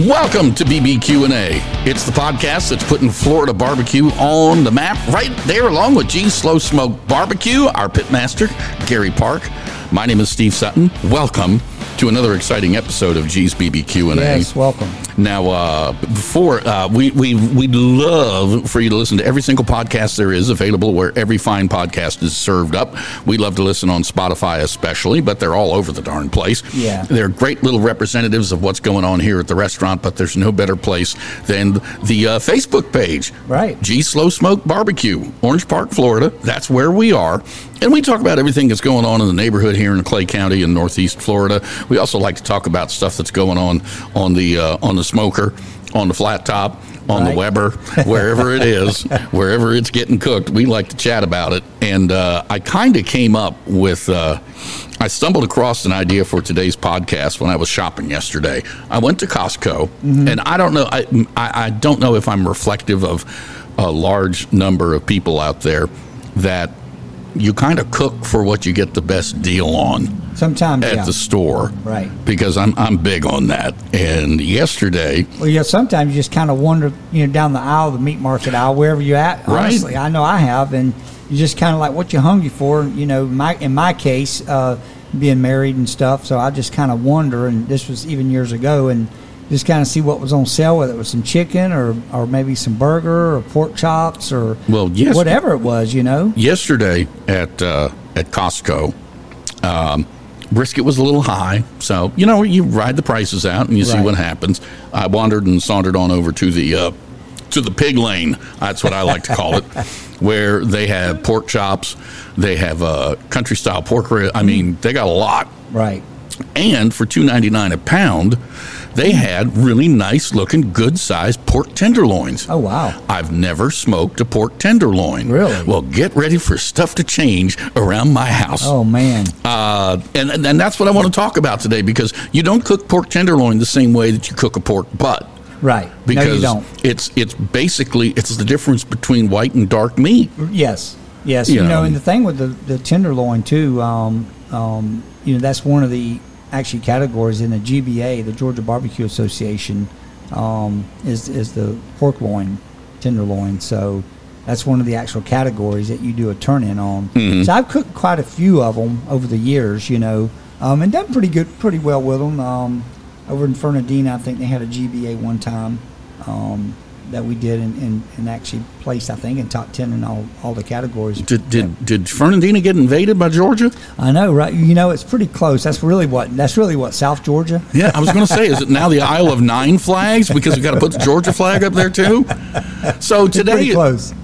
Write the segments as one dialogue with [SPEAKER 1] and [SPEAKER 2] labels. [SPEAKER 1] Welcome to BBQ&A. It's the podcast that's putting Florida barbecue on the map right there along with G Slow Smoke Barbecue, our pitmaster, Gary Park. My name is Steve Sutton. Welcome to another exciting episode of G's BBQ&A.
[SPEAKER 2] Yes, welcome.
[SPEAKER 1] Now, uh, before uh, we we we'd love for you to listen to every single podcast there is available where every fine podcast is served up. We love to listen on Spotify especially, but they're all over the darn place.
[SPEAKER 2] Yeah.
[SPEAKER 1] they're great little representatives of what's going on here at the restaurant. But there's no better place than the uh, Facebook page.
[SPEAKER 2] Right.
[SPEAKER 1] G Slow Smoke Barbecue, Orange Park, Florida. That's where we are. And we talk about everything that's going on in the neighborhood here in Clay County in Northeast Florida. We also like to talk about stuff that's going on on the uh, on the smoker, on the flat top, on the
[SPEAKER 2] Right.
[SPEAKER 1] Weber, wherever it is, wherever it's getting cooked. We like to chat about it. And uh, I kind of came up with. Uh, I stumbled across an idea for today's podcast when I was shopping yesterday. I went to Costco,
[SPEAKER 2] Mm-hmm.
[SPEAKER 1] and I don't know. I, I I don't know if I'm reflective of a large number of people out there that you kind of cook for what you get the best deal on
[SPEAKER 2] Sometimes,
[SPEAKER 1] at
[SPEAKER 2] yeah.
[SPEAKER 1] the store,
[SPEAKER 2] Right.
[SPEAKER 1] Because I'm I'm big on that. And yesterday,
[SPEAKER 2] well, yeah. Sometimes you just kind of wander, you know, down the aisle, the meat market aisle, wherever you're at.
[SPEAKER 1] Right.
[SPEAKER 2] Honestly, I know I have, and you just kind of like what you hungry for. You know, my in my case, uh, being married and stuff, so I just kind of wander. And this was even years ago, and just kind of see what was on sale, whether it was some chicken or or maybe some burger or pork chops or
[SPEAKER 1] Well, yes.
[SPEAKER 2] whatever it was. You know,
[SPEAKER 1] yesterday at uh, at Costco, um, brisket was a little high, so you know you ride the prices out and you see
[SPEAKER 2] Right.
[SPEAKER 1] what happens. I wandered and sauntered on over to the uh, to the pig lane. That's what I like to call it, where they have pork chops, they have uh, country style pork. ri- I mean, they got a lot.
[SPEAKER 2] right?
[SPEAKER 1] and for two ninety nine a pound, they
[SPEAKER 2] Mm.
[SPEAKER 1] had really nice looking, good sized pork tenderloins.
[SPEAKER 2] Oh wow.
[SPEAKER 1] I've never smoked a pork tenderloin.
[SPEAKER 2] Really?
[SPEAKER 1] Well, get ready for stuff to change around my house.
[SPEAKER 2] Oh man.
[SPEAKER 1] Uh, and, and and that's what I want to talk about today because you don't cook pork tenderloin the same way that you cook a pork butt
[SPEAKER 2] Right. no, you
[SPEAKER 1] because
[SPEAKER 2] don't.
[SPEAKER 1] it's it's basically it's the difference between white and dark meat.
[SPEAKER 2] Yes, yes.
[SPEAKER 1] You
[SPEAKER 2] You, know,
[SPEAKER 1] know.
[SPEAKER 2] and the thing with the, the tenderloin too, um, um, you know, that's one of the actually categories in the GBA, the Georgia Barbecue Association, um, is is the pork loin, tenderloin. So that's one of the actual categories that you do a turn in on.
[SPEAKER 1] Mm-hmm.
[SPEAKER 2] So I've cooked quite a few of them over the years, you know, um, and done pretty good, pretty well with them. Um, over in Fernandina, I think they had a GBA one time. Um, that we did and, and, and actually placed, I think, in top 10 in all, all the categories.
[SPEAKER 1] Did did did Fernandina get invaded by Georgia?
[SPEAKER 2] I know, right? You know, it's pretty close. That's really what, that's really what, South Georgia?
[SPEAKER 1] Yeah, I was going to say, is it now the Isle of Nine Flags because we got to put the Georgia flag up there too? So
[SPEAKER 2] pretty
[SPEAKER 1] today,
[SPEAKER 2] close.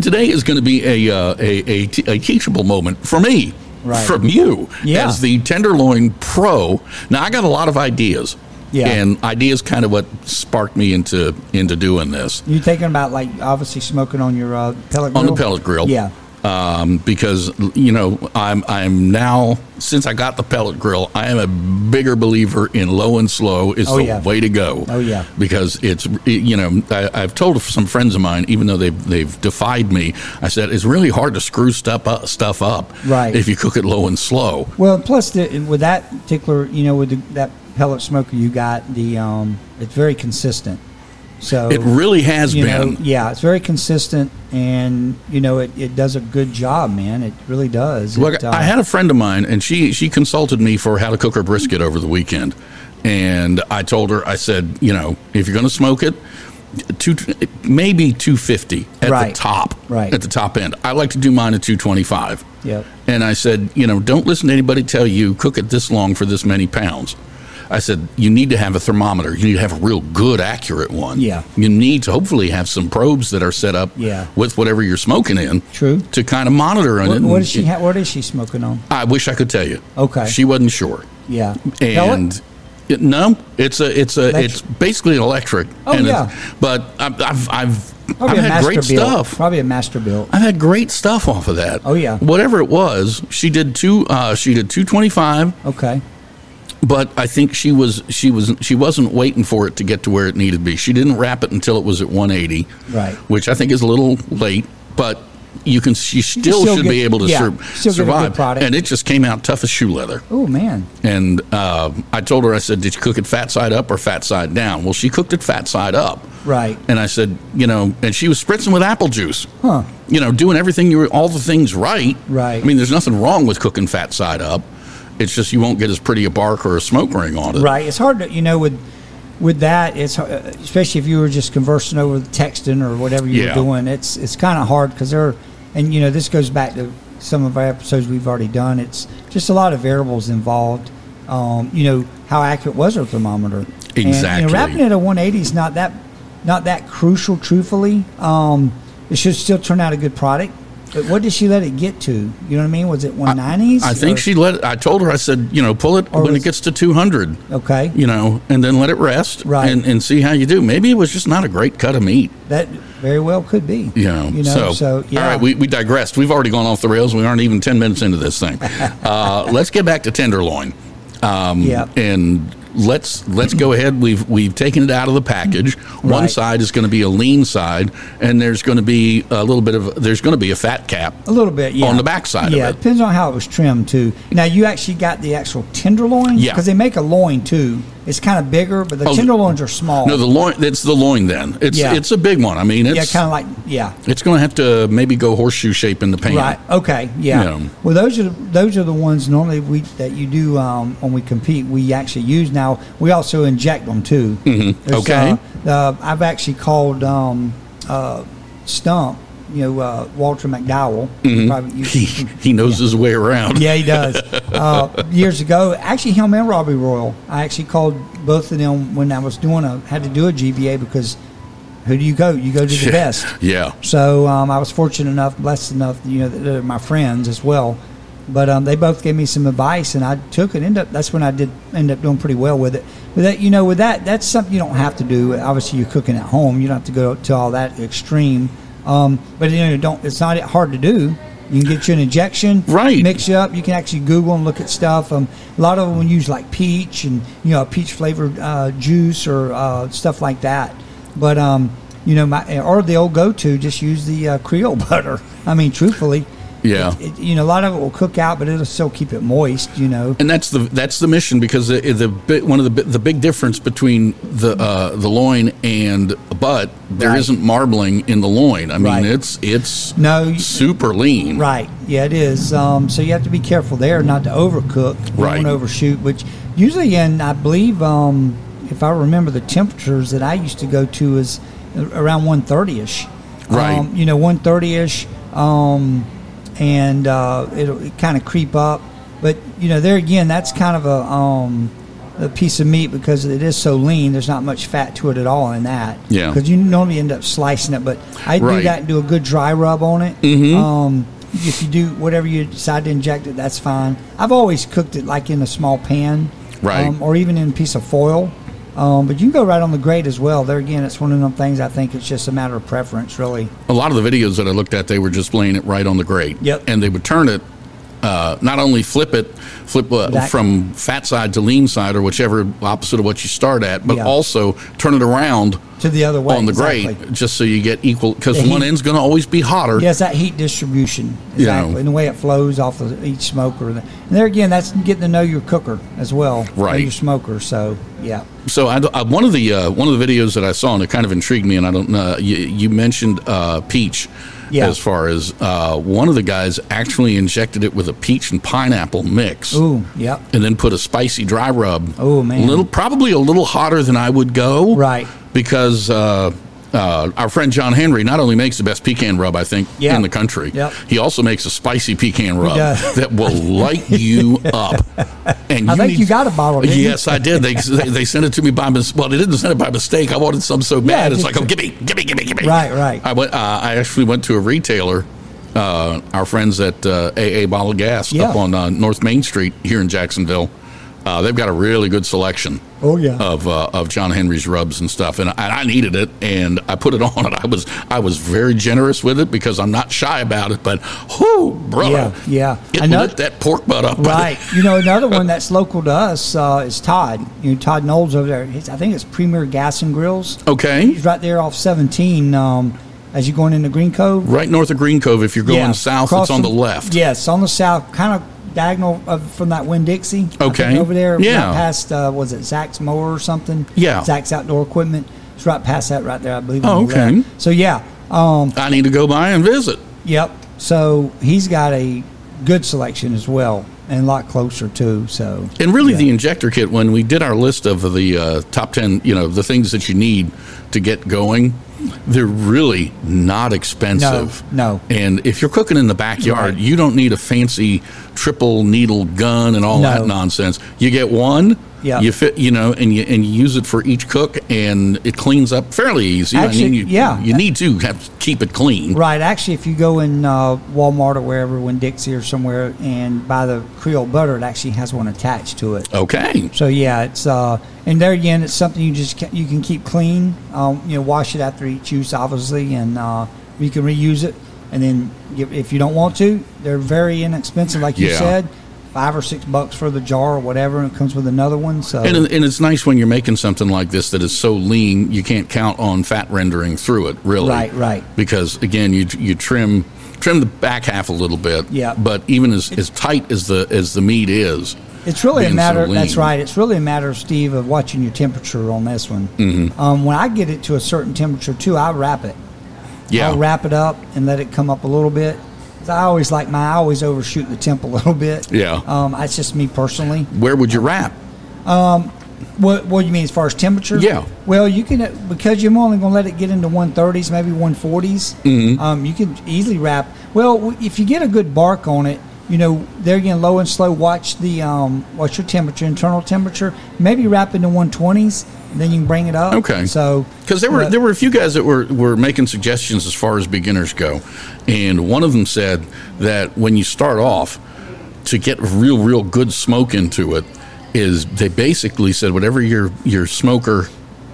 [SPEAKER 1] today is going to be a, uh, a, a, te- a teachable moment for me,
[SPEAKER 2] Right.
[SPEAKER 1] from you,
[SPEAKER 2] Yeah.
[SPEAKER 1] as the tenderloin pro. Now I got a lot of ideas,
[SPEAKER 2] Yeah.
[SPEAKER 1] and ideas kind of what sparked me into into doing this
[SPEAKER 2] You're thinking about, like, obviously smoking on your uh, pellet grill?
[SPEAKER 1] on the pellet grill.
[SPEAKER 2] Yeah.
[SPEAKER 1] Um, because you know I'm I'm now since I got the pellet grill I am a bigger believer in low and slow is
[SPEAKER 2] Oh,
[SPEAKER 1] the
[SPEAKER 2] yeah.
[SPEAKER 1] way to go.
[SPEAKER 2] Oh, yeah.
[SPEAKER 1] because it's you know I, I've told some friends of mine even though they've they've defied me I said it's really hard to screw stuff up, stuff up
[SPEAKER 2] Right.
[SPEAKER 1] if you cook it low and slow.
[SPEAKER 2] Well, plus the, with that particular, you know, with the, that pellet smoker you got, the um, it's very consistent. So
[SPEAKER 1] It really has
[SPEAKER 2] you
[SPEAKER 1] been.
[SPEAKER 2] know, yeah, it's very consistent, and you know, it, it does a good job, man. It really does.
[SPEAKER 1] Look,
[SPEAKER 2] It, uh,
[SPEAKER 1] I had a friend of mine, and she she consulted me for how to cook her brisket over the weekend, and I told her, I said, you know, if you're going to smoke it, two maybe two fifty at
[SPEAKER 2] Right.
[SPEAKER 1] the top,
[SPEAKER 2] Right.
[SPEAKER 1] at the top end. I like to do mine at two twenty five.
[SPEAKER 2] Yep.
[SPEAKER 1] And I said, you know, don't listen to anybody tell you cook it this long for this many pounds. I said, you need to have a thermometer. You need to have a real good, accurate one.
[SPEAKER 2] Yeah.
[SPEAKER 1] You need to hopefully have some probes that are set up
[SPEAKER 2] Yeah.
[SPEAKER 1] with whatever you're smoking in.
[SPEAKER 2] True.
[SPEAKER 1] To kind of monitor on
[SPEAKER 2] What,
[SPEAKER 1] it.
[SPEAKER 2] what
[SPEAKER 1] and-
[SPEAKER 2] is she? Ha- what is she smoking on?
[SPEAKER 1] I wish I could tell you.
[SPEAKER 2] Okay.
[SPEAKER 1] She wasn't sure.
[SPEAKER 2] Yeah.
[SPEAKER 1] And
[SPEAKER 2] Pellet?
[SPEAKER 1] it- no, it's a it's a
[SPEAKER 2] Electric.
[SPEAKER 1] it's basically an electric.
[SPEAKER 2] Oh,
[SPEAKER 1] and
[SPEAKER 2] yeah.
[SPEAKER 1] it's- But I've I've I've, I've
[SPEAKER 2] probably a
[SPEAKER 1] had
[SPEAKER 2] master
[SPEAKER 1] great
[SPEAKER 2] built.
[SPEAKER 1] stuff.
[SPEAKER 2] Probably a master built.
[SPEAKER 1] I've had great stuff off of that.
[SPEAKER 2] Oh, yeah.
[SPEAKER 1] Whatever it was, she did two. Uh, she did two twenty five.
[SPEAKER 2] Okay.
[SPEAKER 1] But I think she was she was she wasn't waiting for it to get to where it needed to be. She didn't wrap it until it was at one eighty.
[SPEAKER 2] Right.
[SPEAKER 1] Which I think is a little late, but you can you still,
[SPEAKER 2] still
[SPEAKER 1] should
[SPEAKER 2] get-
[SPEAKER 1] be able to
[SPEAKER 2] yeah,
[SPEAKER 1] sur-
[SPEAKER 2] still get a good
[SPEAKER 1] survive.
[SPEAKER 2] product.
[SPEAKER 1] And it just came out tough as shoe leather.
[SPEAKER 2] Oh man,
[SPEAKER 1] And uh, I told her, I said, "Did you cook it fat side up or fat side down?" Well, she cooked it fat side up.
[SPEAKER 2] right?
[SPEAKER 1] And I said, you know, and she was spritzing with apple juice.
[SPEAKER 2] Huh.
[SPEAKER 1] You know, doing everything you were, all the things right.
[SPEAKER 2] Right.
[SPEAKER 1] I mean, there's nothing wrong with cooking fat side up. It's just you won't get as pretty a bark or a smoke ring on it.
[SPEAKER 2] Right. It's hard to you know with with that. It's har- especially if you were just conversing over the texting or whatever you
[SPEAKER 1] Yeah.
[SPEAKER 2] were doing. It's it's kind of hard because there, are- and you know this goes back to some of our episodes we've already done. It's just a lot of variables involved. Um, you know how accurate was her thermometer? And, you
[SPEAKER 1] Exactly.
[SPEAKER 2] know, wrapping it at 180 is not that not that crucial. Truthfully, um, it should still turn out a good product. But what did she let it get to? You know what I mean? Was it 190s?
[SPEAKER 1] I think
[SPEAKER 2] or-
[SPEAKER 1] she let. I told her. I said, you know, pull it
[SPEAKER 2] Or
[SPEAKER 1] when
[SPEAKER 2] was-
[SPEAKER 1] it gets to 200.
[SPEAKER 2] Okay.
[SPEAKER 1] You know, and then let it rest.
[SPEAKER 2] Right.
[SPEAKER 1] And, and see how you do. Maybe it was just not a great cut of meat.
[SPEAKER 2] That very well could be.
[SPEAKER 1] You know.
[SPEAKER 2] You know. So, yeah.
[SPEAKER 1] All right, we, we digressed. We've already gone off the rails. We aren't even 10 minutes into this thing. uh, let's get back to tenderloin. Um,
[SPEAKER 2] Yeah.
[SPEAKER 1] And let's let's go ahead. We've we've taken it out of the package. One
[SPEAKER 2] Right.
[SPEAKER 1] side is going to be a lean side, and there's going to be a little bit of there's going to be a fat cap.
[SPEAKER 2] a little bit, yeah.
[SPEAKER 1] on the backside of
[SPEAKER 2] Yeah,
[SPEAKER 1] it.
[SPEAKER 2] depends on how it was trimmed too. Now you actually got the actual tenderloin.
[SPEAKER 1] Yeah.
[SPEAKER 2] Because they make a loin too. It's kind of bigger, but the
[SPEAKER 1] Oh,
[SPEAKER 2] tenderloins are small.
[SPEAKER 1] No, the loin. It's the loin. Then it's
[SPEAKER 2] Yeah.
[SPEAKER 1] it's a big one. I mean,
[SPEAKER 2] yeah,
[SPEAKER 1] it's
[SPEAKER 2] kind of like yeah.
[SPEAKER 1] it's going to have to maybe go horseshoe shape in the pan.
[SPEAKER 2] Right. Okay. Yeah.
[SPEAKER 1] Yeah.
[SPEAKER 2] Well, those are those are the ones normally we that you do um, when we compete. We actually use now. We also inject them too. Mm-hmm.
[SPEAKER 1] Okay.
[SPEAKER 2] Uh, uh, I've actually called um, uh, Stump. You know, uh, Walter McDowell.
[SPEAKER 1] Mm-hmm.
[SPEAKER 2] Probably
[SPEAKER 1] He,
[SPEAKER 2] you-
[SPEAKER 1] he knows his way around.
[SPEAKER 2] Yeah, he does. Uh, years ago, actually, him and Robbie Royal. I actually called both of them when I was doing a had to do a GBA because who do you go? You go to the best.
[SPEAKER 1] Yeah.
[SPEAKER 2] So um, I was fortunate enough, blessed enough, you know, that they're my friends as well. But um, they both gave me some advice, and I took it. End up that's when I did end up doing pretty well with it. But that you know, with that, that's something you don't have to do. Obviously, you're cooking at home; you don't have to go to all that extreme. Um, but you know, don't it's not hard to do. You can get you an injection,
[SPEAKER 1] Right.
[SPEAKER 2] Mix you up. You can actually Google and look at stuff. Um, a lot of them use like peach and you know peach flavored uh, juice or uh, stuff like that. But um, you know, my or the old go to just use the uh, Creole butter. I mean, truthfully,
[SPEAKER 1] Yeah.
[SPEAKER 2] it, you know, a lot of it will cook out, but it'll still keep it moist. You know,
[SPEAKER 1] And that's the that's the mission because the, the bi- one of the bi- the big difference between the uh, the loin and a butt there
[SPEAKER 2] Right.
[SPEAKER 1] not marbling in the loin. I mean
[SPEAKER 2] Right.
[SPEAKER 1] it's it's
[SPEAKER 2] No, you-
[SPEAKER 1] super lean.
[SPEAKER 2] Right. Yeah, it is. Um, so you have to be careful there not to overcook. You
[SPEAKER 1] Right.
[SPEAKER 2] Don't overshoot. Which usually, and I believe, um, if I remember, the temperatures that I used to go to is around 130 ish.
[SPEAKER 1] Right.
[SPEAKER 2] Um, you know, 130 ish, um, and uh, it'll it kind of creep up. But you know, there again, that's kind of a um, a piece of meat because it is so lean. There's not much fat to it at all in that.
[SPEAKER 1] Yeah.
[SPEAKER 2] Because you normally end up slicing it, but I
[SPEAKER 1] Right.
[SPEAKER 2] do that and do a good dry rub on it. Mm-hmm. Um, if you do whatever you decide to inject it, that's fine. I've always cooked it like in a small pan,
[SPEAKER 1] Right.
[SPEAKER 2] Um, or even in a piece of foil. Um, but you can go right on the grate as well. There again, it's one of them things. I think it's just a matter of preference, really.
[SPEAKER 1] A lot of the videos that I looked at they were just laying it right on the grate.
[SPEAKER 2] Yep.
[SPEAKER 1] And they would turn it uh, not only flip it, flip uh,
[SPEAKER 2] Back.
[SPEAKER 1] from fat side to lean side or whichever opposite of what you start at, but
[SPEAKER 2] Yeah.
[SPEAKER 1] also turn it around
[SPEAKER 2] To the other way
[SPEAKER 1] on the grate
[SPEAKER 2] exactly.
[SPEAKER 1] just so you get equal because
[SPEAKER 2] The
[SPEAKER 1] one
[SPEAKER 2] heat-
[SPEAKER 1] end's going to always be hotter.
[SPEAKER 2] Yes, that heat distribution
[SPEAKER 1] You know.
[SPEAKER 2] exactly, and the way it flows off of each smoker. And there again, that's getting to know your cooker as well, and
[SPEAKER 1] Right.
[SPEAKER 2] Your smoker. So yeah,
[SPEAKER 1] So I, I- one of the uh, one of the videos that I saw and it kind of intrigued me, and I don't know. uh, You, you mentioned uh, peach,
[SPEAKER 2] Yeah.
[SPEAKER 1] as far as uh, one of the guys actually injected it with a peach and pineapple mix,
[SPEAKER 2] ooh, yep,
[SPEAKER 1] and then put a spicy dry rub.
[SPEAKER 2] Oh, man.
[SPEAKER 1] little probably a little hotter than I would go,
[SPEAKER 2] Right.
[SPEAKER 1] Because uh, uh, our friend John Henry not only makes the best pecan rub I think
[SPEAKER 2] Yeah.
[SPEAKER 1] in the country,
[SPEAKER 2] Yep.
[SPEAKER 1] he also makes a spicy pecan rub
[SPEAKER 2] does.
[SPEAKER 1] that will light you up. And
[SPEAKER 2] I think you got a bottle, didn't you?
[SPEAKER 1] Yes, I did. They, they they sent it to me by mis- well, they didn't send it by mistake. I wanted some so
[SPEAKER 2] Yeah,
[SPEAKER 1] bad. it's
[SPEAKER 2] just-
[SPEAKER 1] like, oh, give me, give me, give me, give me.
[SPEAKER 2] Right, right.
[SPEAKER 1] I went. Uh, I actually went to a retailer. Uh, our friends at uh, AA Bottle Gas
[SPEAKER 2] Yeah.
[SPEAKER 1] up on uh, North Main Street here in Jacksonville, uh, they've got a really good selection.
[SPEAKER 2] Oh, yeah.
[SPEAKER 1] of uh, of John Henry's rubs and stuff, and I, and I needed it, and I put it on, and I was I was very generous with it because I'm not shy about it, but whoo, brother,
[SPEAKER 2] Yeah, yeah.
[SPEAKER 1] it
[SPEAKER 2] Ano-
[SPEAKER 1] lit that pork butt up,
[SPEAKER 2] Right. You know, another one that's local to us uh, is Todd. You know, Todd
[SPEAKER 1] Oh.
[SPEAKER 2] Knowles over there. He's, I think it's Premier Gas and Grills.
[SPEAKER 1] Okay,
[SPEAKER 2] He's right there off 17. Um, as you're going into Green Cove.
[SPEAKER 1] Right north of Green Cove, if you're going
[SPEAKER 2] Yeah.
[SPEAKER 1] south,
[SPEAKER 2] Across
[SPEAKER 1] it's on the
[SPEAKER 2] from-
[SPEAKER 1] left.
[SPEAKER 2] Yes, on the south, kind of diagonal of, from that Winn Dixie. I think,
[SPEAKER 1] Okay.
[SPEAKER 2] over there.
[SPEAKER 1] Yeah.
[SPEAKER 2] Right past, uh, was it Zach's Mower or something?
[SPEAKER 1] Yeah.
[SPEAKER 2] Zach's Outdoor Equipment. It's right past that right there, I believe. on
[SPEAKER 1] Oh,
[SPEAKER 2] the left.
[SPEAKER 1] okay.
[SPEAKER 2] So, yeah. Um,
[SPEAKER 1] I need to go by and visit.
[SPEAKER 2] yep. So, he's got a good selection as well and a lot closer, too. So,
[SPEAKER 1] And really, the injector kit, when we did our list of the uh, top 10, you know, the things that you need to get going, they're really not expensive.
[SPEAKER 2] no.
[SPEAKER 1] And if you're cooking in the backyard,
[SPEAKER 2] Right.
[SPEAKER 1] you don't need a fancy triple needle gun and all that
[SPEAKER 2] No.
[SPEAKER 1] nonsense. You get one.
[SPEAKER 2] Yeah.
[SPEAKER 1] You fit, you know, and you and you use it for each cook, and it cleans up fairly easy. I mean,
[SPEAKER 2] Actually,
[SPEAKER 1] you,
[SPEAKER 2] yeah.
[SPEAKER 1] you need to have, keep it clean.
[SPEAKER 2] Right. Actually, if you go in uh, Walmart or wherever, when Dixie or somewhere, and buy the Creole butter, it actually has one attached to it.
[SPEAKER 1] Okay.
[SPEAKER 2] So yeah, it's uh, and there again, it's something you just ca- you can keep clean. Um, you know, wash it after each use, obviously, and uh, you can reuse it. And then give, if you don't want to, they're very inexpensive, like you
[SPEAKER 1] Yeah.
[SPEAKER 2] said, five or six bucks for the jar or whatever, and it comes with another one. So
[SPEAKER 1] And, and it's nice when you're making something like this that is so lean, you can't count on fat rendering through it, really.
[SPEAKER 2] Right, right.
[SPEAKER 1] Because again, you you trim trim the back half a little bit.
[SPEAKER 2] Yeah.
[SPEAKER 1] But even as, as tight as the as the meat is,
[SPEAKER 2] It's really a
[SPEAKER 1] being so
[SPEAKER 2] matter. that's
[SPEAKER 1] lean.
[SPEAKER 2] right. It's really a matter, Steve, of watching your temperature on this one. Mm-hmm. Um, when I get it to a certain temperature too, I wrap it.
[SPEAKER 1] yeah,
[SPEAKER 2] I'll wrap it up and let it come up a little bit. 'Cause I always like my. I always overshoot the temp a little bit.
[SPEAKER 1] Yeah.
[SPEAKER 2] Um, that's just me personally.
[SPEAKER 1] where would you wrap?
[SPEAKER 2] What What do you mean as far as temperature?
[SPEAKER 1] Yeah.
[SPEAKER 2] Well, you can because you're only going to let it get into 130s, maybe 140s. Mm-hmm. Um, you can easily wrap. Well, w- if you get a good bark on it, you know there again, low and slow. Watch the um, watch your temperature, internal temperature. Maybe wrap into 120s, then you can bring it up.
[SPEAKER 1] Okay.
[SPEAKER 2] So
[SPEAKER 1] Because there were
[SPEAKER 2] but-
[SPEAKER 1] there were a few guys that were, were making suggestions as far as beginners go, and one of them said that when you start off, to get real real good smoke into it, is they basically said whatever your your smoker,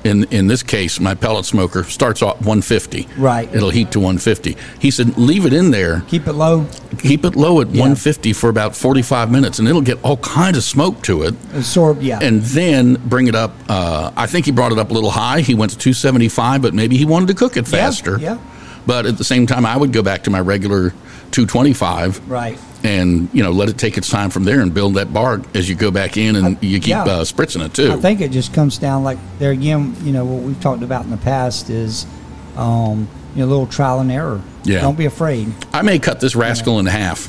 [SPEAKER 1] in in this case my pellet smoker starts off 150,
[SPEAKER 2] Right.
[SPEAKER 1] It'll heat to 150. He said leave it in there,
[SPEAKER 2] keep it low.
[SPEAKER 1] keep it low at 150 for about 45 minutes, and it'll get all kinds of smoke to it
[SPEAKER 2] Absorb. Yeah.
[SPEAKER 1] and then bring it up. Uh, I think he brought it up a little high. He went to 275, but maybe he wanted to cook it faster.
[SPEAKER 2] yeah.
[SPEAKER 1] But at the same time, I would go back to my regular 225.
[SPEAKER 2] right.
[SPEAKER 1] And you know, let it take its time from there and build that bark as you go back in, and you keep
[SPEAKER 2] yeah.
[SPEAKER 1] uh, spritzing it too.
[SPEAKER 2] I think it just comes down like there again. You know what we've talked about in the past is, um, you know, a little trial and error.
[SPEAKER 1] Yeah.
[SPEAKER 2] Don't be afraid.
[SPEAKER 1] I may cut this rascal in half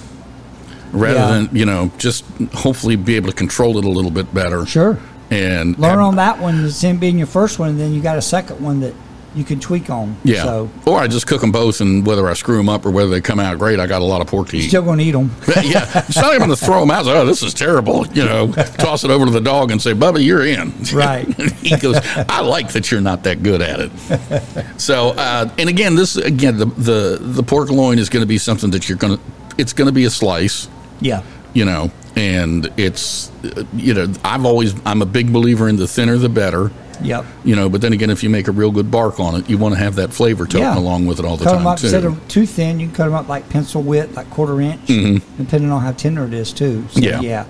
[SPEAKER 1] rather
[SPEAKER 2] Yeah.
[SPEAKER 1] than you know just hopefully be able to control it a little bit better.
[SPEAKER 2] Sure.
[SPEAKER 1] And
[SPEAKER 2] Learn
[SPEAKER 1] have-
[SPEAKER 2] on that one. It's in being your first one, and then you got a second one that you can tweak on.
[SPEAKER 1] Yeah.
[SPEAKER 2] So
[SPEAKER 1] Or I just cook them both, and whether I screw them up or whether they come out great, I got a lot of pork to eat.
[SPEAKER 2] still gonna eat them.
[SPEAKER 1] yeah, it's not even to throw them out. Oh, this is terrible. You know, toss it over to the dog and say, Bubba, you're in.
[SPEAKER 2] Right.
[SPEAKER 1] he goes, I like that you're not that good at it. So, uh, and again, this again, the the the pork loin is going to be something that you're going to. It's going to be a slice,
[SPEAKER 2] Yeah.
[SPEAKER 1] you know, and it's uh, you know, I've always I'm a big believer in the thinner the better.
[SPEAKER 2] Yep.
[SPEAKER 1] You know, but then again, if you make a real good bark on it, you want to have that flavor to
[SPEAKER 2] Yeah.
[SPEAKER 1] it along with it all the
[SPEAKER 2] Cut
[SPEAKER 1] time
[SPEAKER 2] them up
[SPEAKER 1] too.
[SPEAKER 2] instead of too thin. You can cut them up like pencil width, like quarter inch, depending on how tender it is too. So,
[SPEAKER 1] Mm-hmm. Yeah.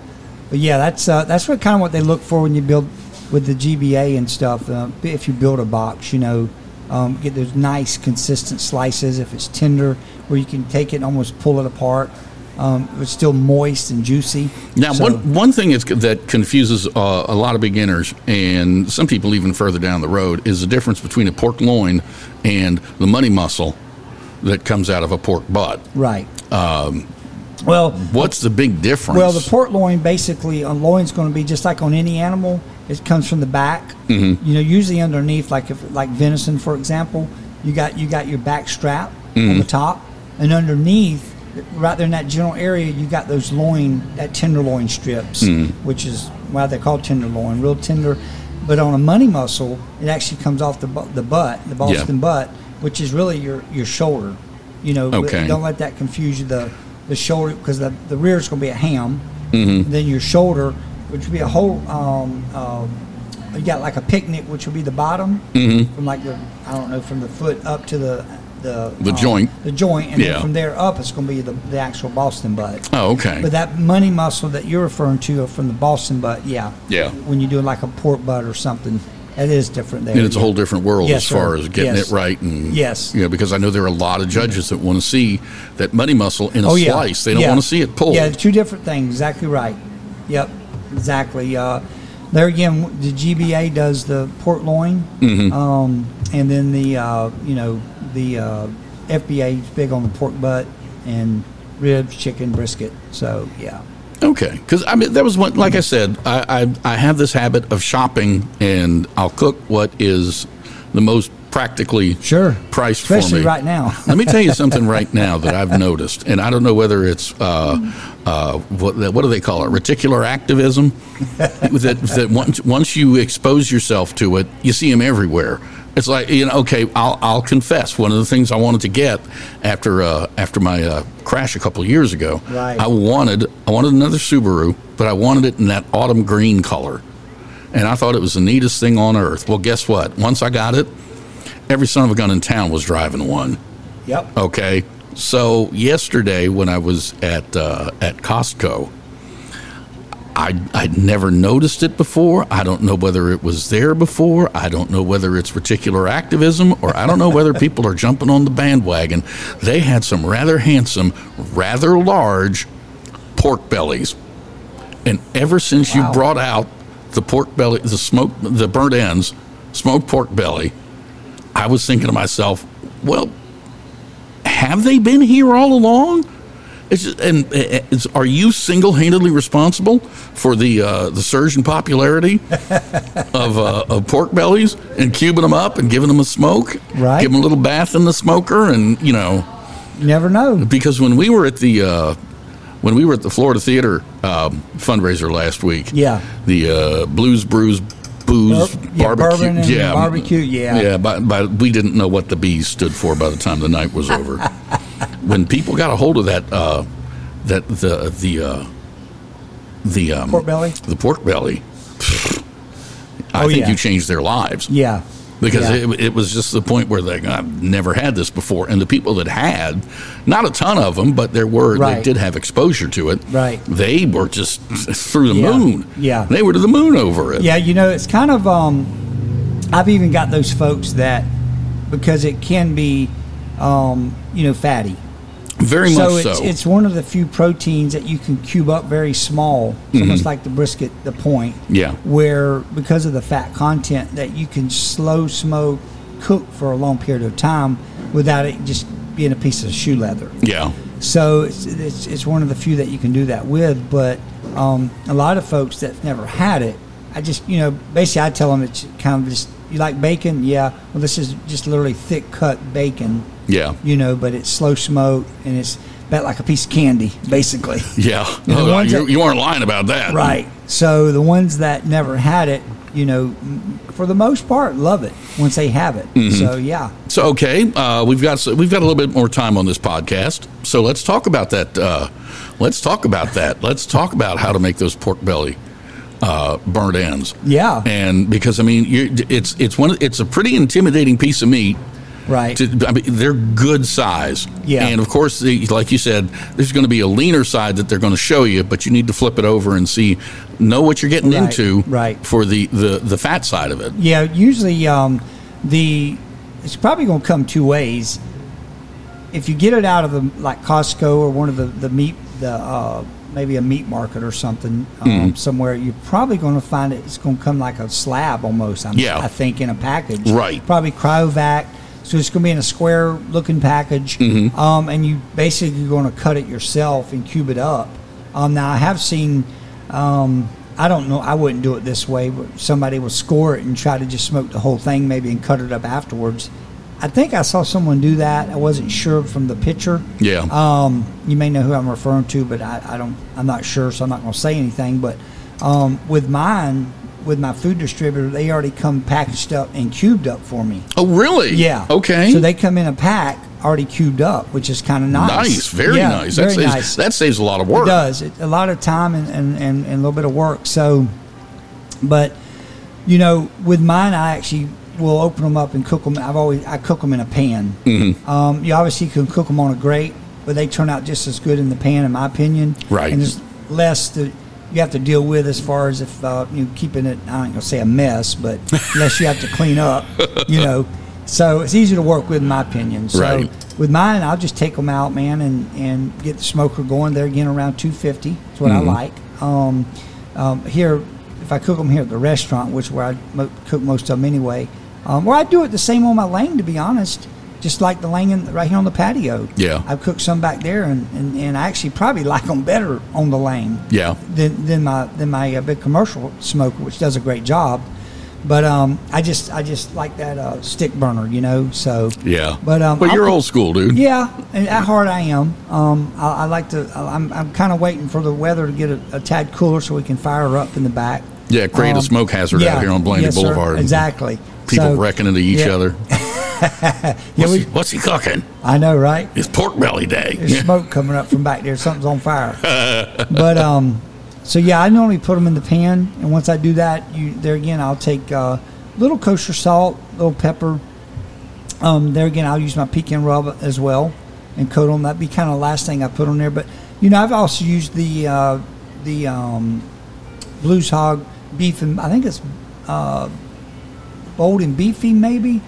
[SPEAKER 2] But yeah, that's uh, that's what kind of what they look for when you build with the GBA and stuff. Uh, if you build a box, you know, um, get those nice consistent slices. If it's tender, where you can take it and almost pull it apart. Um, it's still moist and juicy.
[SPEAKER 1] Now,
[SPEAKER 2] So-
[SPEAKER 1] one one thing is, that confuses uh, a lot of beginners and some people even further down the road is the difference between a pork loin and the money muscle that comes out of a pork butt.
[SPEAKER 2] right? Um, well,
[SPEAKER 1] What's the big difference?
[SPEAKER 2] Well, the port loin basically, a loin's going to be just like on any animal. It comes from the back. You know, usually underneath, like if like venison, for example, you got you got your back strap on the top, and underneath, right there in that general area, you got those loin, that tenderloin strips, which is why they call tenderloin, real tender. But on a money muscle, it actually comes off the bu- the butt, the Boston butt, which is really your your shoulder. You know, but
[SPEAKER 1] Okay.
[SPEAKER 2] don't let that confuse you. The the shoulder because the, the rear is going to be a ham. Mm-hmm. Then your shoulder, which would be a whole. Um, um, you got like a picnic, which would be the bottom
[SPEAKER 1] Mm-hmm.
[SPEAKER 2] from like the I don't know from the foot up to the the um,
[SPEAKER 1] The joint.
[SPEAKER 2] the joint, and
[SPEAKER 1] Yeah.
[SPEAKER 2] then from there up, it's going to be the, the actual Boston butt.
[SPEAKER 1] oh, okay.
[SPEAKER 2] But that money muscle that you're referring to from the uh, Boston butt, yeah,
[SPEAKER 1] Yeah.
[SPEAKER 2] When you're doing like a pork butt or something, That is different there.
[SPEAKER 1] And it's a whole different world
[SPEAKER 2] Yes,
[SPEAKER 1] as far
[SPEAKER 2] sir.
[SPEAKER 1] as getting
[SPEAKER 2] Yes.
[SPEAKER 1] it right and
[SPEAKER 2] Yes.
[SPEAKER 1] you know, because I know there are a lot of judges that want to see that money muscle in a
[SPEAKER 2] oh yeah,
[SPEAKER 1] slice. They don't
[SPEAKER 2] Yeah.
[SPEAKER 1] want to see it pulled.
[SPEAKER 2] Yeah, two different things. Exactly right. Yep, exactly. Uh, there again, the GBA does the port loin,
[SPEAKER 1] Mm-hmm.
[SPEAKER 2] um, and then the uh, you know the uh, FBA is big on the pork butt and ribs, chicken, brisket. So yeah,
[SPEAKER 1] Okay, because I mean that was one. Like I said, I, I I have this habit of shopping, and I'll cook what is the most practically
[SPEAKER 2] Sure.
[SPEAKER 1] priced for
[SPEAKER 2] Especially
[SPEAKER 1] me
[SPEAKER 2] right now.
[SPEAKER 1] Let me tell you something right now that I've noticed, and I don't know whether it's uh, uh, what what do they call it, reticular activism. that that once once you expose yourself to it, you see them everywhere. It's like you know, okay, I'll I'll confess. One of the things I wanted to get after uh, after my uh, crash a couple years ago,
[SPEAKER 2] Right.
[SPEAKER 1] I wanted I wanted another Subaru, but I wanted it in that autumn green color, and I thought it was the neatest thing on earth. Well, guess what? Once I got it, every son of a gun in town was driving one.
[SPEAKER 2] yep.
[SPEAKER 1] Okay. So yesterday, when I was at uh, at Costco, I I'd never noticed it before. I don't know whether it was there before. I don't know whether it's reticular activism, or I don't know whether people are jumping on the bandwagon. They had some rather handsome, rather large pork bellies, and ever since you
[SPEAKER 2] Wow.
[SPEAKER 1] brought out the pork belly, the smoke, the burnt ends, smoked pork belly, I was thinking to myself, well have they been here all along? It's just, and uh, it's, are you single-handedly responsible for the uh, the surge in popularity of, uh, of pork bellies and cubing them up and giving them a smoke,
[SPEAKER 2] Right.
[SPEAKER 1] Give them a little bath in the smoker, and you know
[SPEAKER 2] You never know.
[SPEAKER 1] because when we were at the uh, when we were at the Florida Theater um, fundraiser last week,
[SPEAKER 2] Yeah.
[SPEAKER 1] the uh, Blues Brews Booze
[SPEAKER 2] Bur- yeah,
[SPEAKER 1] Barbecue,
[SPEAKER 2] bourbon and barbecue, yeah.
[SPEAKER 1] yeah. But, but we didn't know what the B stood for by the time the night was over. when people got a hold of that uh, that the the uh, the um,
[SPEAKER 2] Pork belly?
[SPEAKER 1] the pork belly. I
[SPEAKER 2] Oh,
[SPEAKER 1] think
[SPEAKER 2] yeah.
[SPEAKER 1] you changed their lives
[SPEAKER 2] Yeah.
[SPEAKER 1] because
[SPEAKER 2] Yeah.
[SPEAKER 1] it, it was just the point where they I've never had this before, and the people that had, not a ton of them, but there were
[SPEAKER 2] Right.
[SPEAKER 1] that did have exposure to it.
[SPEAKER 2] Right.
[SPEAKER 1] They were just through the
[SPEAKER 2] Yeah.
[SPEAKER 1] moon.
[SPEAKER 2] Yeah.
[SPEAKER 1] They were to the moon over it.
[SPEAKER 2] Yeah, you know, it's kind of. Um, I've even got those folks that because it can be, um, you know, fatty.
[SPEAKER 1] Very
[SPEAKER 2] so
[SPEAKER 1] much
[SPEAKER 2] it's,
[SPEAKER 1] so.
[SPEAKER 2] it's one of the few proteins that you can cube up very small, It's
[SPEAKER 1] Mm-hmm.
[SPEAKER 2] almost like the brisket, the point.
[SPEAKER 1] Yeah.
[SPEAKER 2] Where because of the fat content that you can slow smoke, cook for a long period of time without it just being a piece of shoe leather.
[SPEAKER 1] yeah.
[SPEAKER 2] So it's, it's, it's one of the few that you can do that with. But um, a lot of folks that's never had it, I just, you know, basically I tell them it's kind of just, you like bacon? Yeah. Well, this is just literally thick cut bacon,
[SPEAKER 1] Yeah.
[SPEAKER 2] you know, but it's slow smoked and it's about like a piece of candy, basically.
[SPEAKER 1] Yeah.
[SPEAKER 2] You know,
[SPEAKER 1] Oh,
[SPEAKER 2] the ones
[SPEAKER 1] you,
[SPEAKER 2] that-
[SPEAKER 1] you aren't lying about that.
[SPEAKER 2] Right. So the ones that never had it, you know, for the most part, love it once they have it.
[SPEAKER 1] Mm-hmm.
[SPEAKER 2] So yeah.
[SPEAKER 1] So okay, uh, we've got we've got a little bit more time on this podcast, so let's talk about that. Uh, let's talk about that. Let's talk about how to make those pork belly uh, burnt ends.
[SPEAKER 2] Yeah.
[SPEAKER 1] and because I mean, you it's it's one it's a pretty intimidating piece of meat.
[SPEAKER 2] Right.
[SPEAKER 1] To, I mean, they're good size.
[SPEAKER 2] Yeah.
[SPEAKER 1] and of course, the, like you said, there's going to be a leaner side that they're going to show you, but you need to flip it over and see, know what you're getting
[SPEAKER 2] Right,
[SPEAKER 1] into,
[SPEAKER 2] right.
[SPEAKER 1] for the, the the fat side of it.
[SPEAKER 2] Yeah, usually um, the it's probably going to come two ways. If you get it out of the like Costco or one of the the meat the uh, maybe a meat market or something um,
[SPEAKER 1] Mm-hmm.
[SPEAKER 2] somewhere, you're probably going to find it. It's going to come like a slab almost. I'm,
[SPEAKER 1] Yeah.
[SPEAKER 2] I think in a package.
[SPEAKER 1] Right.
[SPEAKER 2] Probably cryovac. So it's going to be in a square looking package, um, and you basically you're going to cut it yourself and cube it up. Um, now I have seen um, I don't know. I wouldn't do it this way. But somebody will score it and try to just smoke the whole thing, maybe, and cut it up afterwards. I think I saw someone do that. I wasn't sure from the picture.
[SPEAKER 1] Yeah.
[SPEAKER 2] Um, you may know who I'm referring to, but I, I don't. I'm not sure, so I'm not going to say anything. But um, with mine, with my food distributor, they already come packaged up and cubed up for me.
[SPEAKER 1] oh, really?
[SPEAKER 2] Yeah.
[SPEAKER 1] Okay.
[SPEAKER 2] So they come in a pack already cubed up, which is kind of nice.
[SPEAKER 1] Nice, very
[SPEAKER 2] Yeah,
[SPEAKER 1] nice. That
[SPEAKER 2] very
[SPEAKER 1] saves,
[SPEAKER 2] nice.
[SPEAKER 1] That saves a lot of work.
[SPEAKER 2] It does. It, a lot of time and, and, and, and a little bit of work. So, but you know, with mine, I actually will open them up and cook them. I've always I cook them in a pan.
[SPEAKER 1] Mm-hmm.
[SPEAKER 2] Um, you obviously can cook them on a grate, but they turn out just as good in the pan, in my opinion.
[SPEAKER 1] Right.
[SPEAKER 2] And there's less the you have to deal with as far as if uh, you know, keeping it. I ain't gonna say a mess, but unless you have to clean up, you know. So it's easier to work with, in my opinion. So
[SPEAKER 1] Right.
[SPEAKER 2] with mine, I'll just take them out, man, and, and get the smoker going there again around 250. Is
[SPEAKER 1] Mm-hmm.
[SPEAKER 2] what I like. Um, um, here, if I cook them here at the restaurant, which where I mo- cook most of them anyway, um, or I do it the same on my lane, to be honest. Just like the lane in, right here on the patio.
[SPEAKER 1] Yeah.
[SPEAKER 2] I've cooked some back there, and, and, and I actually probably like them better on the lane
[SPEAKER 1] Yeah.
[SPEAKER 2] than, than my than my uh, big commercial smoker, which does a great job. But um, I just I just like that uh, stick burner, you know. So
[SPEAKER 1] Yeah.
[SPEAKER 2] But um,
[SPEAKER 1] well,
[SPEAKER 2] I'll
[SPEAKER 1] you're
[SPEAKER 2] put-
[SPEAKER 1] old school, dude.
[SPEAKER 2] Yeah, and at heart I am. Um, I, I like to. I- I'm I'm kind of waiting for the weather to get a, a tad cooler so we can fire her up in the back.
[SPEAKER 1] Yeah, create a
[SPEAKER 2] Um,
[SPEAKER 1] smoke hazard out
[SPEAKER 2] yeah,
[SPEAKER 1] here on Blaney
[SPEAKER 2] yes, sir,
[SPEAKER 1] Boulevard.
[SPEAKER 2] exactly.
[SPEAKER 1] People
[SPEAKER 2] So-
[SPEAKER 1] wrecking into each
[SPEAKER 2] yeah.
[SPEAKER 1] other.
[SPEAKER 2] Yeah,
[SPEAKER 1] What's,
[SPEAKER 2] we-
[SPEAKER 1] he, what's he cooking?
[SPEAKER 2] I know, right?
[SPEAKER 1] It's pork belly day.
[SPEAKER 2] There's smoke coming up from back there. Something's on fire. but um, so yeah, I normally put them in the pan, and once I do that, you there again, I'll take uh, little kosher salt, little pepper. Um, there again, I'll use my pecan rub as well and coat them. That'd be kind of the last thing I put on there. But you know, I've also used the uh, the um, Blues Hog beef, and I think it's uh, bold and beefy, maybe.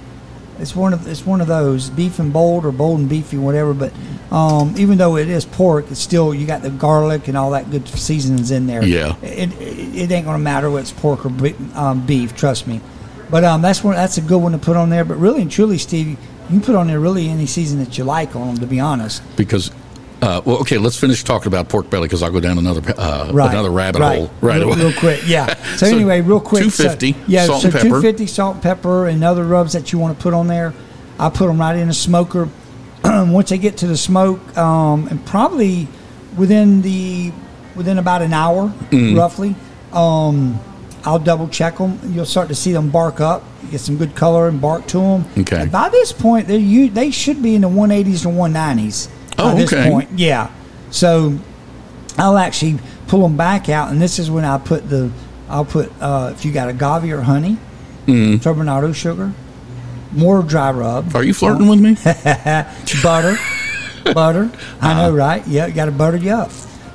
[SPEAKER 2] It's one of it's one of those beef and bold or bold and beefy, whatever. But um, even though it is pork, it's still you got the garlic and all that good seasonings in there.
[SPEAKER 1] Yeah.
[SPEAKER 2] it, it, it ain't gonna matter whether it's pork or be- um, beef. Trust me. But um, that's one that's a good one to put on there. But really and truly, Steve, you can put on there really any season that you like on them. To be honest,
[SPEAKER 1] because uh, well, okay, let's finish talking about pork belly because I'll go down another pa- uh,
[SPEAKER 2] right.
[SPEAKER 1] another rabbit
[SPEAKER 2] right.
[SPEAKER 1] hole right
[SPEAKER 2] real,
[SPEAKER 1] away.
[SPEAKER 2] real quick, yeah.
[SPEAKER 1] So,
[SPEAKER 2] So, anyway, real quick, so-
[SPEAKER 1] 250,
[SPEAKER 2] yeah,
[SPEAKER 1] salt
[SPEAKER 2] so
[SPEAKER 1] and pepper.
[SPEAKER 2] 250 salt, and pepper, and other rubs that you want to put on there. I put them right in a smoker. Once they get to the smoke, um, and probably within the within about an hour,
[SPEAKER 1] Mm-hmm.
[SPEAKER 2] roughly, um, I'll double check them. You'll start to see them bark up, get some good color and bark to them.
[SPEAKER 1] Okay.
[SPEAKER 2] And by this point, they you they should be in the 180s and 190s.
[SPEAKER 1] Oh,
[SPEAKER 2] by this
[SPEAKER 1] okay.
[SPEAKER 2] point, yeah. So I'll actually pull them back out, and this is when I put the I'll put uh, if you got agave or honey, turbinado sugar, more dry rub,
[SPEAKER 1] Mm-hmm. Are you flirting with me?
[SPEAKER 2] butter, butter. I
[SPEAKER 1] Ah.
[SPEAKER 2] know, right? Yeah, got to butter you up,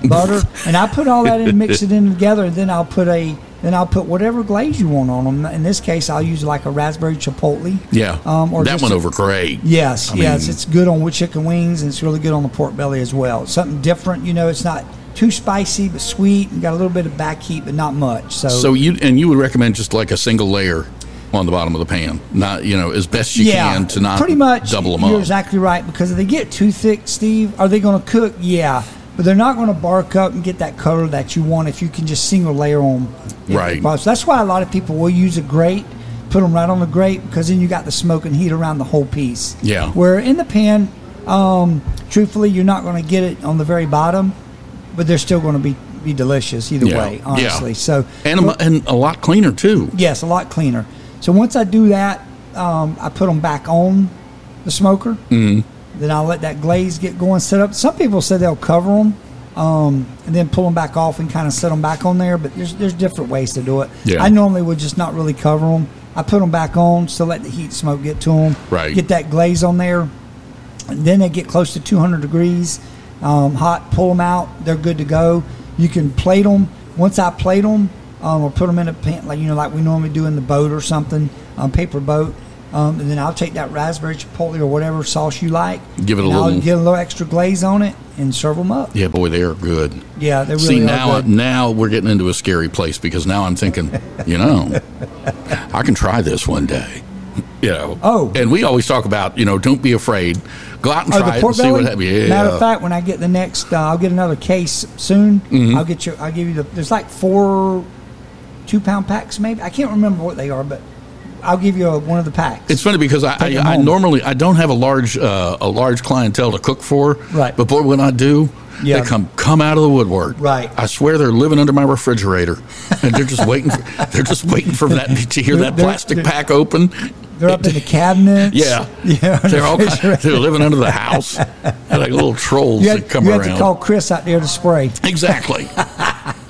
[SPEAKER 2] butter, and I put all that in, mix it in together, and then I'll put a then I'll put whatever glaze you want on them. In this case, I'll use like a raspberry chipotle.
[SPEAKER 1] Yeah,
[SPEAKER 2] Um, or
[SPEAKER 1] that
[SPEAKER 2] just
[SPEAKER 1] went
[SPEAKER 2] a-
[SPEAKER 1] over great.
[SPEAKER 2] Yes,
[SPEAKER 1] I
[SPEAKER 2] yes,
[SPEAKER 1] mean-
[SPEAKER 2] it's good on with chicken wings, and it's really good on the pork belly as well. Something different, you know. It's not too spicy, but sweet. You got a little bit of back heat, but not much. So,
[SPEAKER 1] So you and you would recommend just like a single layer on the bottom of the pan, not you know as best you
[SPEAKER 2] yeah,
[SPEAKER 1] can to not
[SPEAKER 2] pretty much
[SPEAKER 1] double them
[SPEAKER 2] You're
[SPEAKER 1] up.
[SPEAKER 2] exactly right because if they get too thick, Steve, are they going to cook? Yeah, but they're not going to bark up and get that color that you want if you can just single layer them.
[SPEAKER 1] Right.
[SPEAKER 2] uh, that's why a lot of people will use a grate, put them right on the grate because then you got the smoke and heat around the whole piece.
[SPEAKER 1] Yeah.
[SPEAKER 2] Where in the pan, um, truthfully, you're not going to get it on the very bottom, but they're still going to be be delicious either
[SPEAKER 1] Yeah,
[SPEAKER 2] way.
[SPEAKER 1] yeah.
[SPEAKER 2] Honestly, so
[SPEAKER 1] and a, mu- and a lot cleaner too.
[SPEAKER 2] Yes, a lot cleaner. So once I do that, um, I put them back on the smoker.
[SPEAKER 1] Mm-hmm.
[SPEAKER 2] mm Then I'll let that glaze get going, set up. Some people say they'll cover them um, and then pull them back off and kind of set them back on there, but there's, there's different ways to do it.
[SPEAKER 1] Yeah.
[SPEAKER 2] I normally would just not really cover them. I put them back on, so let the heat smoke get to them.
[SPEAKER 1] Right.
[SPEAKER 2] Get that glaze on there. And then they get close to 200 degrees, um, hot. Pull them out; they're good to go. You can plate them. Once I plate them, um, or put them in a pan, like you know, like we normally do in the boat or something, um, paper boat. Um, and then I'll take that raspberry chipotle or whatever sauce you like.
[SPEAKER 1] Give it a
[SPEAKER 2] and I'll
[SPEAKER 1] little-
[SPEAKER 2] get a little extra glaze on it and serve them up.
[SPEAKER 1] Yeah, boy, they are good.
[SPEAKER 2] Yeah, they really
[SPEAKER 1] See
[SPEAKER 2] are
[SPEAKER 1] now,
[SPEAKER 2] good.
[SPEAKER 1] now we're getting into a scary place because now I'm thinking, you know, I can try this one day. You know.
[SPEAKER 2] Oh.
[SPEAKER 1] And we always talk about, you know, don't be afraid. Go out and
[SPEAKER 2] Oh,
[SPEAKER 1] try
[SPEAKER 2] the
[SPEAKER 1] it and
[SPEAKER 2] pork
[SPEAKER 1] see
[SPEAKER 2] belly.
[SPEAKER 1] what happens. Yeah.
[SPEAKER 2] Matter of fact, when I get the next, uh, I'll get another case soon.
[SPEAKER 1] Mm-hmm.
[SPEAKER 2] I'll get you. I'll give you the. There's like four, two pound packs maybe. I can't remember what they are, but I'll give you a, one of the packs.
[SPEAKER 1] It's funny because I,
[SPEAKER 2] Take 'em
[SPEAKER 1] I, I
[SPEAKER 2] home.
[SPEAKER 1] normally I don't have a large uh, a large clientele to cook for.
[SPEAKER 2] Right.
[SPEAKER 1] But boy, when I do,
[SPEAKER 2] Yeah.
[SPEAKER 1] they come come out of the woodwork.
[SPEAKER 2] Right.
[SPEAKER 1] I swear they're living under my refrigerator, and they're just waiting. For, they're just waiting for that to hear
[SPEAKER 2] They're-
[SPEAKER 1] that
[SPEAKER 2] they're-
[SPEAKER 1] plastic
[SPEAKER 2] they're-
[SPEAKER 1] pack open.
[SPEAKER 2] They're up in the cabinets.
[SPEAKER 1] Yeah.
[SPEAKER 2] yeah.
[SPEAKER 1] They're all
[SPEAKER 2] you have,
[SPEAKER 1] they're living under the house, They're like little trolls that come
[SPEAKER 2] you
[SPEAKER 1] around.
[SPEAKER 2] have to call Chris out there to spray.
[SPEAKER 1] Exactly.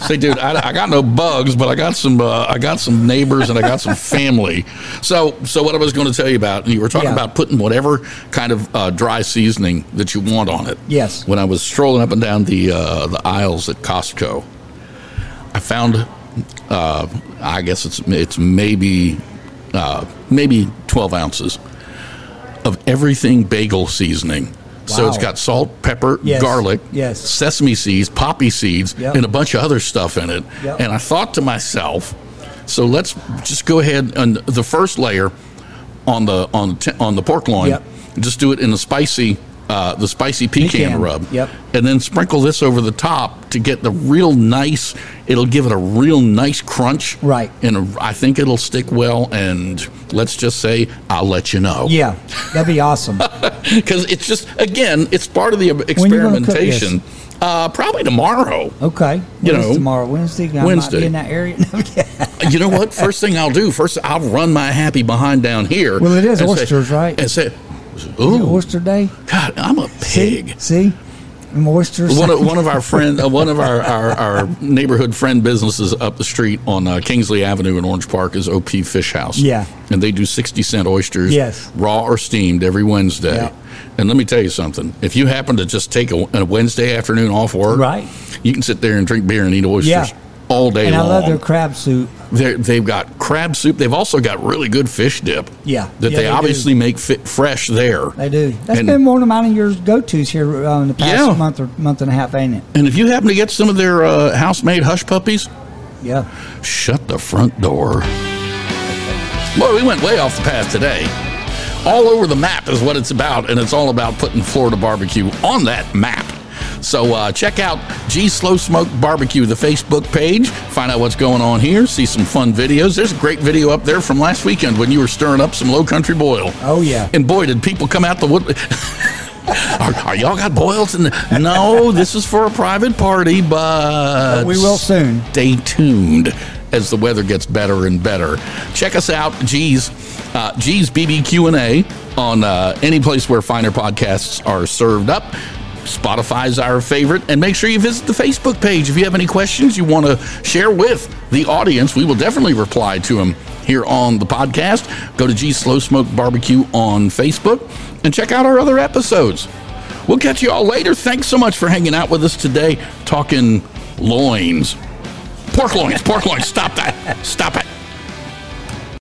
[SPEAKER 1] Say, dude, I, I got no bugs, but I got some. Uh, I got some neighbors and I got some family. So, so what I was going to tell you about, and you were talking
[SPEAKER 2] Yeah.
[SPEAKER 1] about putting whatever kind of uh, dry seasoning that you want on it.
[SPEAKER 2] Yes.
[SPEAKER 1] When I was strolling up and down the uh, the aisles at Costco, I found, uh, I guess it's it's maybe uh, maybe twelve ounces of everything bagel seasoning. So it's
[SPEAKER 2] Wow.
[SPEAKER 1] got salt, pepper,
[SPEAKER 2] Yes,
[SPEAKER 1] garlic,
[SPEAKER 2] yes.
[SPEAKER 1] sesame seeds, poppy seeds,
[SPEAKER 2] Yep.
[SPEAKER 1] and a bunch of other stuff in it.
[SPEAKER 2] Yep.
[SPEAKER 1] And I thought to myself, so let's just go ahead and the first layer on the on the t- on the pork loin,
[SPEAKER 2] Yep.
[SPEAKER 1] just do it in the spicy uh, the spicy pecan,
[SPEAKER 2] Pecan,
[SPEAKER 1] rub.
[SPEAKER 2] yep.
[SPEAKER 1] And then sprinkle this over the top to get the real nice. It'll give it a real nice crunch.
[SPEAKER 2] Right.
[SPEAKER 1] And a- I think it'll stick well. And let's just say I'll let you know.
[SPEAKER 2] Yeah, that'd be awesome.
[SPEAKER 1] Because it's just again, it's part of the
[SPEAKER 2] When you gonna cook this?
[SPEAKER 1] experimentation. Uh, probably tomorrow.
[SPEAKER 2] Okay.
[SPEAKER 1] You
[SPEAKER 2] What is
[SPEAKER 1] know,
[SPEAKER 2] tomorrow Wednesday. I might
[SPEAKER 1] Wednesday.
[SPEAKER 2] be in that area. Yeah.
[SPEAKER 1] you know what? First thing I'll do, first I'll run my happy behind down here.
[SPEAKER 2] Well, it is
[SPEAKER 1] and
[SPEAKER 2] oysters,
[SPEAKER 1] say,
[SPEAKER 2] right?
[SPEAKER 1] And say, "Ooh,
[SPEAKER 2] Oyster day.
[SPEAKER 1] God, I'm a
[SPEAKER 2] See?
[SPEAKER 1] pig."
[SPEAKER 2] See, I'm oyster.
[SPEAKER 1] One of, one of our friend, uh, one of our, our, our neighborhood friend businesses up the street on uh, Kingsley Avenue in Orange Park is OP Fish House.
[SPEAKER 2] Yeah.
[SPEAKER 1] and they do sixty cent oysters,
[SPEAKER 2] Yes.
[SPEAKER 1] raw or steamed, every Wednesday.
[SPEAKER 2] Yeah.
[SPEAKER 1] And let me tell you something: if you happen to just take a, a Wednesday afternoon off work,
[SPEAKER 2] Right.
[SPEAKER 1] you can sit there and drink beer and eat oysters
[SPEAKER 2] Yeah.
[SPEAKER 1] all day
[SPEAKER 2] and I
[SPEAKER 1] long.
[SPEAKER 2] love their crab soup.
[SPEAKER 1] They're, they've got crab soup. They've also got really good fish dip.
[SPEAKER 2] Yeah.
[SPEAKER 1] that
[SPEAKER 2] Yeah,
[SPEAKER 1] they,
[SPEAKER 2] they do.
[SPEAKER 1] obviously make fit fresh there.
[SPEAKER 2] They do. That's
[SPEAKER 1] And-
[SPEAKER 2] been one of mine and yours go tos here uh, in the past
[SPEAKER 1] Yeah.
[SPEAKER 2] month or month and a half, ain't it?
[SPEAKER 1] And if you happen to get some of their uh, house-made hush puppies,
[SPEAKER 2] Yeah.
[SPEAKER 1] shut the front door. Boy, we went way off the path today. All over the map is what it's about, and it's all about putting Florida barbecue on that map. So uh, check out G Slow Smoke Barbecue, the Facebook page. Find out what's going on here. See some fun videos. There's a great video up there from last weekend when you were stirring up some low country boil.
[SPEAKER 2] Oh, yeah.
[SPEAKER 1] And boy, did people come out the wood. are, are y'all got boils? And no, this is for a private party, but
[SPEAKER 2] But we will soon.
[SPEAKER 1] Stay tuned as the weather gets better and better. Check us out, G's uh, G's BBQ and A on uh, any place where finer podcasts are served up. Spotify's our favorite, and make sure you visit the Facebook page if you have any questions you want to share with the audience. We will definitely reply to them here on the podcast. Go to G Slow Smoke Barbecue on Facebook and check out our other episodes. We'll catch you all later. Thanks so much for hanging out with us today, talking loins. Pork loins, pork loins, stop that. Stop it.